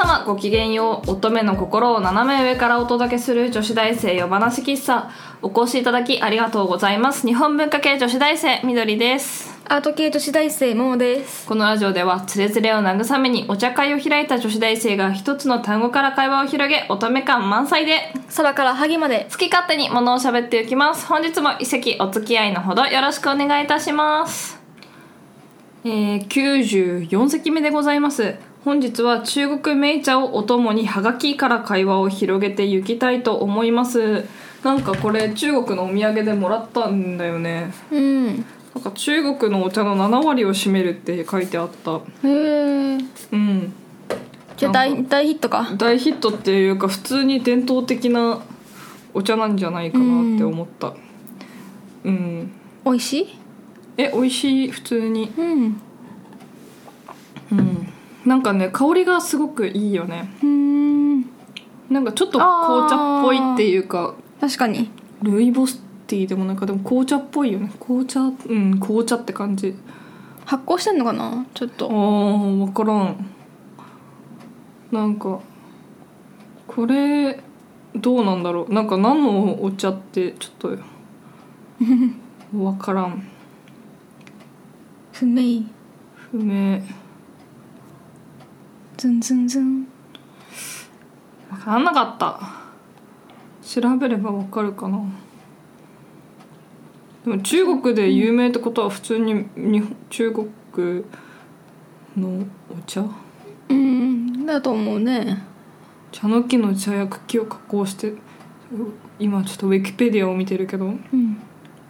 はごきげんよう乙女の心を斜め上からお届けする女子大生夜話喫茶お越しいただきありがとうございます日本文化系女子大生みどりですアート系女子大生ももですこのラジオではつれつれを慰めにお茶会を開いた女子大生が一つの単語から会話を広げ乙女感満載で空から萩まで好き勝手に物を喋っていきます本日も一席お付き合いのほどよろしくお願いいたしますえー、94席目でございます本日は中国名茶をお供にハガキから会話を広げていきたいと思いますなんかこれ中国のお土産でもらったんだよねうんなんか中国のお茶の7割を占めるって書いてあったへえうんじゃあなん大大ヒットか大ヒットっていうか普通に伝統的なお茶なんじゃないかなって思ったうん、美味しいえ美味しい普通にうんうんなんかね香りがすごくいいよねうんなんかちょっと紅あー茶っぽいっていうか確かにルイボスティーでもなんかでも紅茶っぽいよね紅茶うん紅茶って感じ発酵してんのかなちょっあとー分からんなんかこれどうなんだろうなんか何のお茶ってちょっとわからん不明不明ズンズンズンわからなかった調べればわかるかなでも中国で有名ってことは普通に日本中国のお茶うんだと思うね茶の木の茶や茎を加工して今ちょっとウィキペディアを見てるけどうん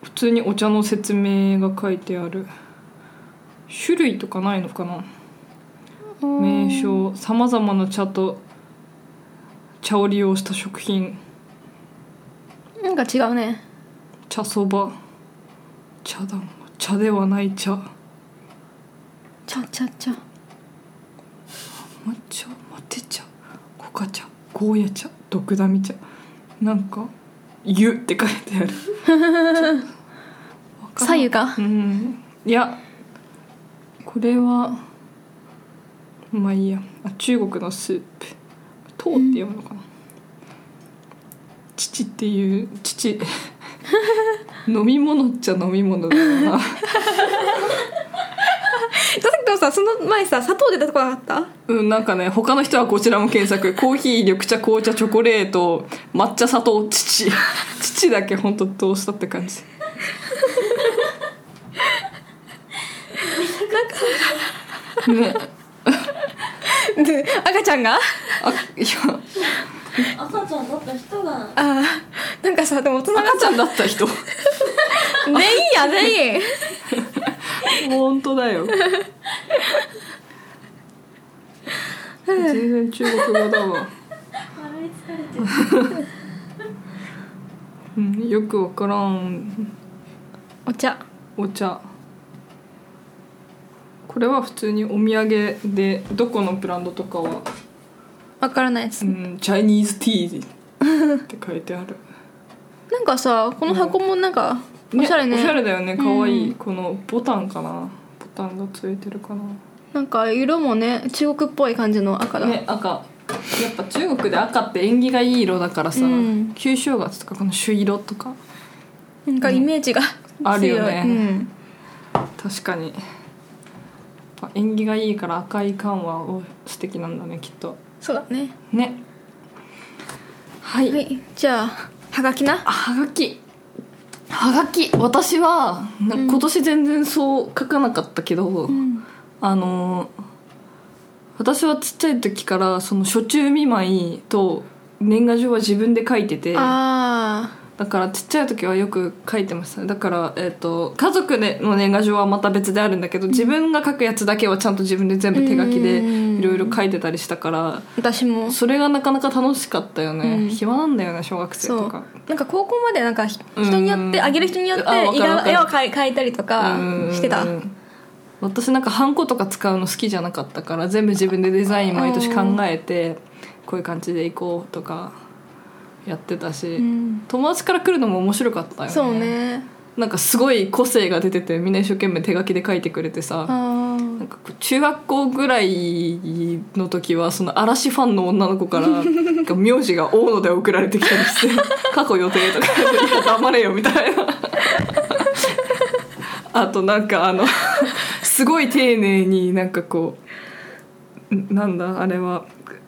普通にお茶の説明が書いてある種類とかないのかな名称さまざまな茶と茶を利用した食品なんか違うね茶そば茶だんご茶ではない茶抹ちゃちゃちゃ茶マテ茶コカ茶ゴーヤ茶毒ダミ茶なんか「湯」って書いてある ちょっとわからん左右かうんいやこれはまあいいやあ中国のスープ「糖」って読むのかな「乳」っていう「 乳」飲み物っちゃ飲み物だよなえさっきのさその前さ砂糖出たとこなかっうん、なんかね他の人はこちらも検索コーヒー緑茶紅茶チョコレート抹茶砂糖乳 乳だけ本当どうしたって感じねたで赤ちゃんがあいや赤ちゃんだった人があーなんかさでも大 人が赤ちゃんだった人全員や全員本当だよ全然中国語だわ笑い疲れてるうんよくわからんお茶お茶これは普通にお土産でどこのブランドとかはわからないです、うん、チャイニーズティーって書いてあるなんかさこの箱もなんか おしゃれねおしゃれだよねかわいい、うんこのボタンかなボタンがついてるかななんか色もね中国っぽい感じの赤だ、ね赤やっぱ中国で赤って縁起がいい色だからさ、うん旧正月とかこの朱色とかなんかイメージがある強い、よねうん、確かにやっぱ縁起がいいから赤い缶はお素敵なんだねきっとそうだねねはい、はいじゃあはがきなはがきはがき私はなうん今年全然そう書かなかったけど、うんあのー私はちっちゃい時からその初中見舞いと年賀状は自分で書いててだあからちっちゃい時はよく書いてましただから、えっと家族での年賀状はまた別であるんだけど自分が書くやつだけはちゃんと自分で全部手書きでうんいろいろ書いてたりしたからー私もそれがなかなか楽しかったよね、うん暇なんだよね小学生そとうかなんか高校までなんかひうん人によってあげる人によってあわかる絵わかがる絵を描い描いたりとかうんしてた私なんかハンコとか使うの好きじゃなかったから全部自分でデザイン毎年考えてこういう感じでいこうとかやってたし、うん友達から来るのも面白かったよねそうねなんかすごい個性が出ててみんな一生懸命手書きで書いてくれてさあなんーか中学校ぐらいの時はその嵐ファンの女の子からなんか名字が大野で送られてきたりして「過去予定」とか「いや黙れよ」みたいなあとなんかあのすごい丁寧になんかこうんなんだあれは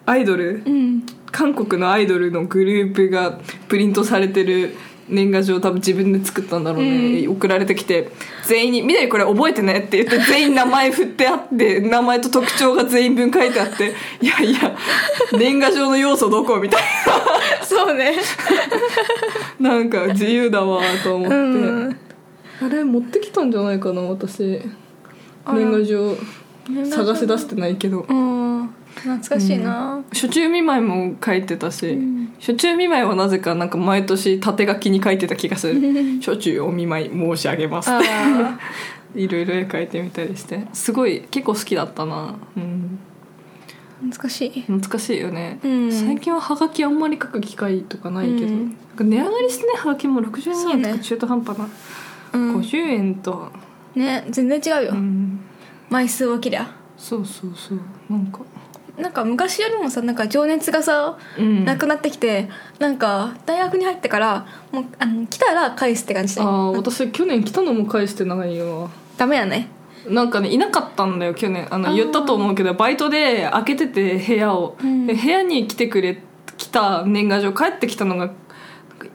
アイドルうん韓国のアイドルのグループがプリントされてる年賀状多分自分で作ったんだろうね、送られてきて全員に「みなりこれ覚えてね」って言って全員名前振ってあって名前と特徴が全員分書いてあって 「いやいや年賀状の要素どこ?」みたい そうねななんか自由だわと思って、うんあれ持ってきたんじゃないかな私あら年賀状探し出してないけどうん懐かしいな初中見舞いも書いてたし、初中見舞いはなぜかなんか毎年縦書きに書いてた気がする 初中お見舞い申し上げますあってあいろいろ絵描いてみたりしてすごい結構好きだったな、うん、懐かしい難しいよね、うん最近ははがきあんまり書く機会とかないけど、うんなんか値上がりしてねはがきも60そう円とかね中途半端な、うん50円と、ね全然違ううよん、枚数を切りゃそうそうそうなんか、なんか昔よりもさなんか情熱がさうん、なくなってきてなんか大学に入ってからもうあの来たら返すって感じでああ私去年来たのも返してないよダメやねなんかねいなかったんだよ去年あのあー言ったと思うけどバイトで開けてて部屋を、うんで部屋に来てくれ来た年賀状帰ってきたのが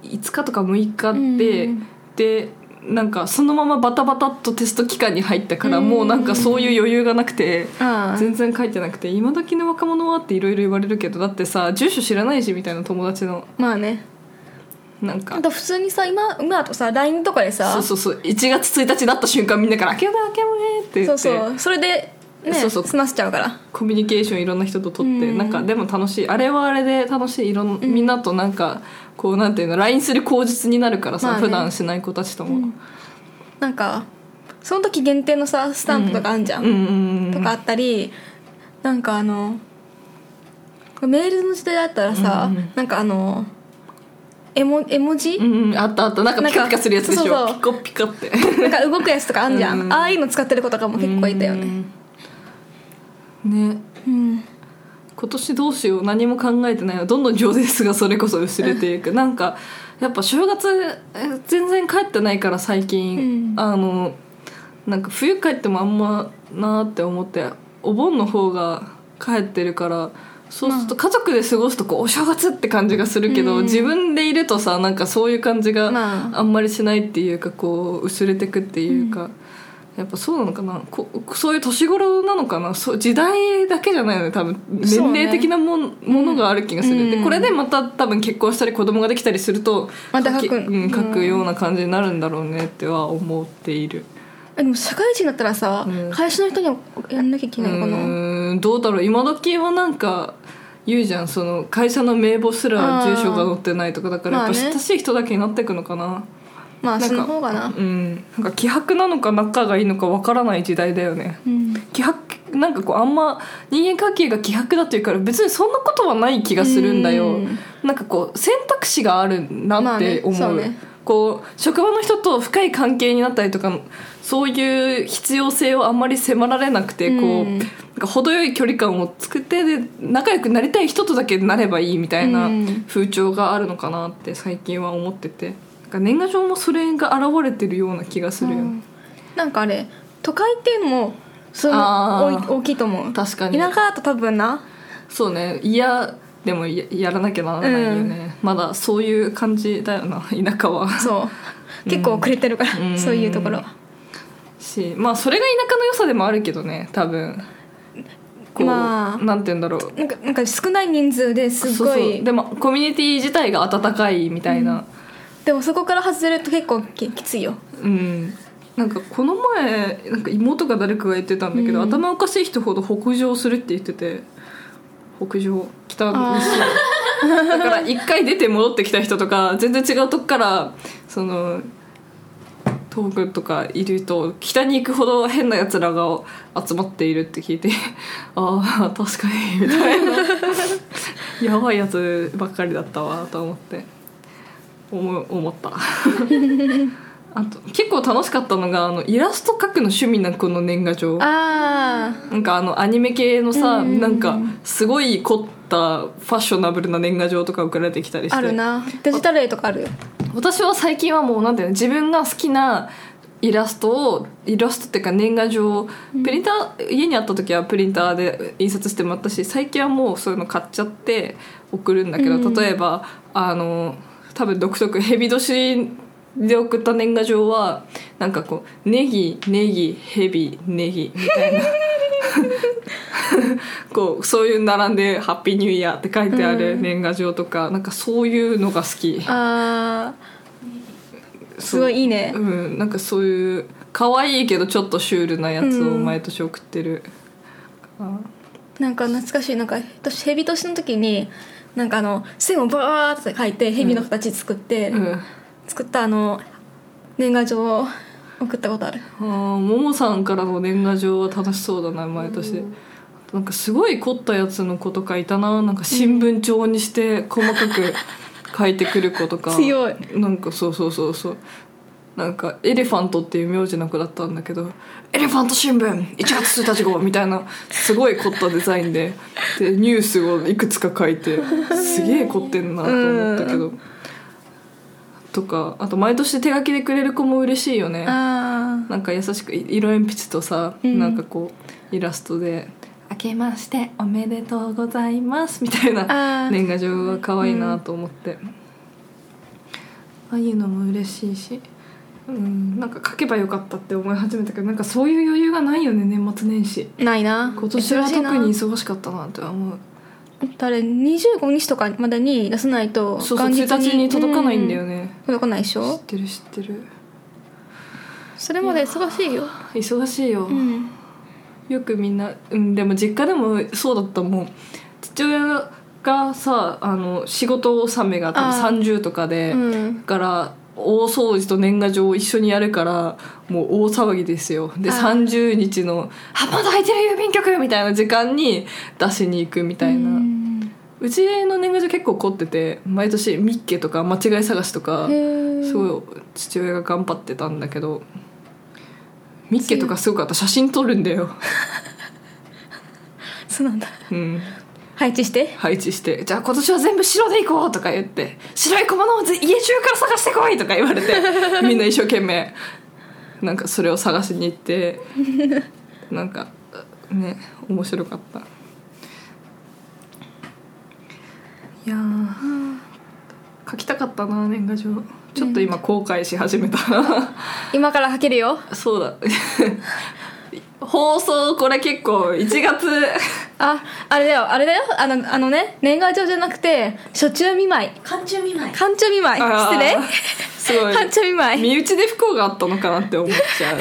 5日とか6日で、うんでなんかそのままバタバタっとテスト期間に入ったから、うんもうなんかそういう余裕がなくて。ああ全然書いてなくて今時の若者はっていろいろ言われるけどだってさ住所知らないしみたいな友達のまあねなんあかと普通にさ今今だとさ LINE とかでさそうそうそう1月1日だった瞬間みんなから「明けぼ明けぼね」って言ってそうそうそれでねそうそう済ませちゃうからコミュニケーションいろんな人と取って、うんなんかでも楽しいあれはあれで楽しいいろん、みんなとなんかこうなんていうの LINE する口実になるからさ、まあね普段しない子たちとも、んなんかその時限定のさスタンプとかあんじゃうんうんうんとかあったりなんかあのメールの時代だったらさ、うんうんなんかあの絵文絵文字、うんうんあったあったなんかピカピカするやつでしょなんかそうピコピカってなんか動くやつとかあんじゃん、うんああいうの使ってる子とかも結構いたよねうんねうん今年どうしよう何も考えてないのどんどん情熱がそれこそ薄れていくなんかやっぱ正月え全然帰ってないから最近、うんあのなんか冬帰ってもあんまなーって思ってお盆の方が帰ってるからそうすると家族で過ごすとこうお正月って感じがするけど、うん自分でいるとさなんかそういう感じがまああんまりしないっていうかこう薄れてくっていうか、やっぱそうなのかなこそういう年頃なのかなそう時代だけじゃないよね多分年そうね齢的なも,、ものがある気がする、うんでこれでまた多分結婚したり子供ができたりするとまたき書くうん、書うくんような感じになるんだろうねっては思っている、えでも社会人だったらさ、うん会社の人にやんなきゃいけうないのかな、ーんどうだろう今時はなんか言うじゃんその会社の名簿すら住所が載ってないとかだからやっぱまあね親しい人だけになっていくのかな、まなあんかその方がなうん、なんか気迫なのか仲がいいのかわからない時代だよねうん気迫なんかこうあんま人間関係が希薄だというから別にそんなことはない気がするんだようんなんかこう選択肢があるなまっあてね思う,、そうねこう職場の人と深い関係になったりとかそういう必要性をあんまり迫られなくてこう、うんなんか程よい距離感を作ってで仲良くなりたい人とだけなればいいみたいなうん風潮があるのかなって最近は思っててなんか年賀状もそれが現れてるような気がするよね、うんなんかあれ都会っていうのもそのあ大ーい大きいと思う確かに田舎だと多分なそうね嫌でもややらなきゃならないよね、まだそういう感じだよな 田舎はそう結構遅れてるから、うんそういうところはしまあそれが田舎の良さでもあるけどね多分こう、まあなんて言うんだろうなんかなんか少ない人数ですごいそうそうでもコミュニティ自体が温かいみたいなでもそこから外れると結構ききついようん、なんかこの前なんか妹が誰かが言ってたんだけど、うん頭おかしい人ほど北上するって言ってて北上北にしだから一回出て戻ってきた人とか全然違うとこからその東北とかいると北に行くほど変なやつらが集まっているって聞いて ああ確かにみたいなやばいやつばっかりだったわと思って思思ったあと結構楽しかったのがあのイラスト描くの趣味な子の年賀状あなんかあのアニメ系のさ、うんなんかすごい凝ったファッショナブルな年賀状とか送られてきたりしてああるなデジタル絵とかあるよ私は最近はもうなんていうの自分が好きなイラストをイラストっていうか年賀状をプリンター、家にあった時はプリンターで印刷してもらったし最近はもうそういうの買っちゃって送るんだけど、うん例えばあの多分独特蛇年で送った年賀状はなんかこう「ネギネギ蛇ネギ」みたいな こうそういう並んで「ハッピーニューイヤー」って書いてある年賀状とか、なんかそういうのが好き。あーすごいいいねうんなんかそういう可愛いけどちょっとシュールなやつを毎年送ってる、あなんか懐かしいなんか私蛇年の時になんかあの線をバーって描いて蛇の形作って、うんあ作ったあの年賀状を送ったことあるーももさんからの年賀状は楽しそうだな毎年、なんかすごい凝ったやつの子とかいたななんか新聞帳にして細かく書いてくる子とか強いなんかそうそうそうそうなんかエレファントっていう名字の子だったんだけど「エレファント新聞1月1日号」みたいなすごい凝ったデザインででニュースをいくつか書いてすげえ凝ってんなと思ったけどとかあと毎年手書きでくれる子も嬉しいよねあなんか優しくい色鉛筆とさ、うんなんかこうイラストで「明けましておめでとうございます」みたいあなー年賀状が可愛いなと思って、ああいうのも嬉しいし、うん、なんか書けばよかったって思い始めたけどなんかそういう余裕がないよね年末年始あないな今年は特に珍し忙しかったなって思ういな誰25日とかまでに出さないとそうそう1日に届かないんだよね、ねうん、届かないでし知っょてる知ってるそれまで忙しいよ忙しいよ、うんよくみんな、うん、でも実家でもそうだったもん父親がさあの仕事納めが多あ分ー30とかで、うんだから大掃除と年賀状を一緒にやるからもう大騒ぎですよであー30日の「あまだ空いてる郵便局!」みたいな時間に出しに行くみたいな、ううんちの年賀状結構凝ってて毎年ミッケとか間違い探しとかへーすごい父親が頑張ってたんだけどミッケとかすごかった写真撮るんだよそうなんだうん、配置して配置して「じゃあ今年は全部白でいこう」とか言って「白い小物をぜ家中から探してこい」とか言われてみんな一生懸命なんかそれを探しに行ってなんかね面白かったいやー書きたかったな年賀状ちょっと今後悔し始めた、今から履けるよそうだ放送これ結構1月ああれだよあれだよあのあのね年賀状じゃなくて初中見舞い寒中見舞い寒中見舞いあ失礼ーすごい寒中見舞い身内で不幸があったのかなって思っちゃう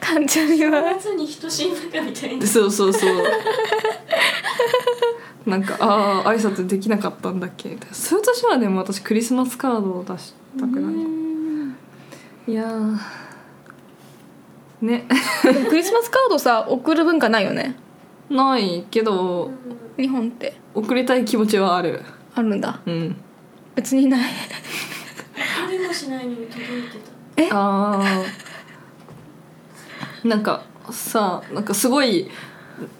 寒中見舞い夏に等しい中みたいなそうそう そうなんかああ挨拶できなかったんだっけみたいなそういう年はでも私クリスマスカードを出したくないいやーねでも クリスマスカードさ送る文化ないよねないけど日本って送りたい気持ちはあるあるんだうん別にない食べもしないのに届いてたえああ なんかさなんかすごい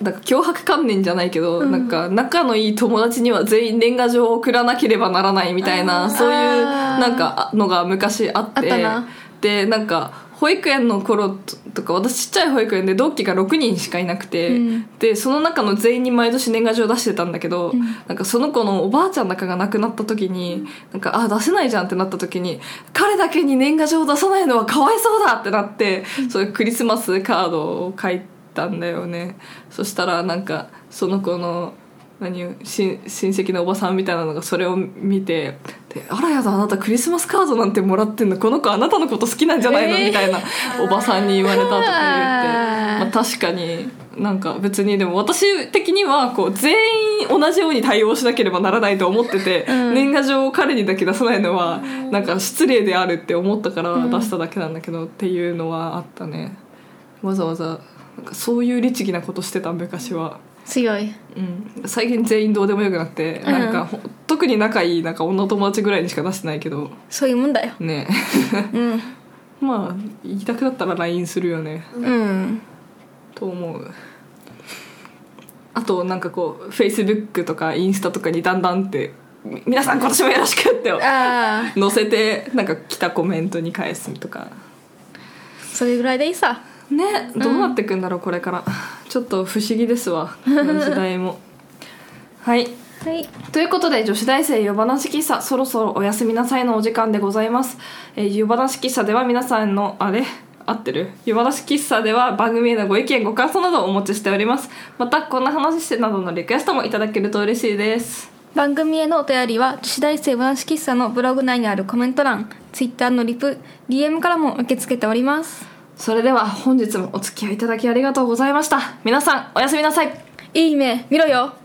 なんか脅迫観念じゃないけど、うんなんか仲のいい友達には全員年賀状を送らなければならないみたいなあーそういうあーなんかあのが昔あってあったなでなんか保育園の頃ととか私ちっちゃい保育園で同期が6人しかいなくて、うんでその中の全員に毎年年賀状出してたんだけど、んなんかその子のおばあちゃんなんかが亡くなった時になんかあ出せないじゃんってなった時に彼だけに年賀状を出さないのはかわいそうだってなってそういうクリスマスカードを書いたんだよねそしたらなんかその子の何親親戚のおばさんみたいなのがそれを見てで「あらやだあなたクリスマスカードなんてもらってんのこの子あなたのこと好きなんじゃないの?」えーみたいなおばさんに言われたとか言って、あーまあ、確かになんか別にでも私的にはこう全員同じように対応しなければならないと思ってて、 うん年賀状を彼にだけ出さないのはなんか失礼であるって思ったからうん出しただけなんだけど、っていうのはあったねわざわざなんかそういう律儀なことしてた昔は強いうん、最近全員どうでもよくなって、うんなんかほ特に仲いいなんか女友達ぐらいにしか出してないけどそういうもんだよね うんまあ言いたくなったら LINE するよねうんと思うあとなんかこう Facebook とかインスタとかにだんだんってみ皆さん今年もよろしくってああ載せてなんか来たコメントに返すとかそれぐらいでいいさねどうなってくんだろうこれからちょっと不思議ですわこの時代もはいはいということで女子大生夜話喫茶そろそろおやすみなさいのお時間でございます、えー夜話喫茶では皆さんのあれ合ってる夜話喫茶では番組へのご意見ご感想などをお持ちしておりますまたこんな話してなどのリクエストもいただけると嬉しいです番組へのお便りは女子大生話喫茶のブログ内にあるコメント欄 Twitter のリプ DM からも受け付けておりますそれでは本日もお付き合いいただきありがとうございました皆さんおやすみなさいいい目見ろよ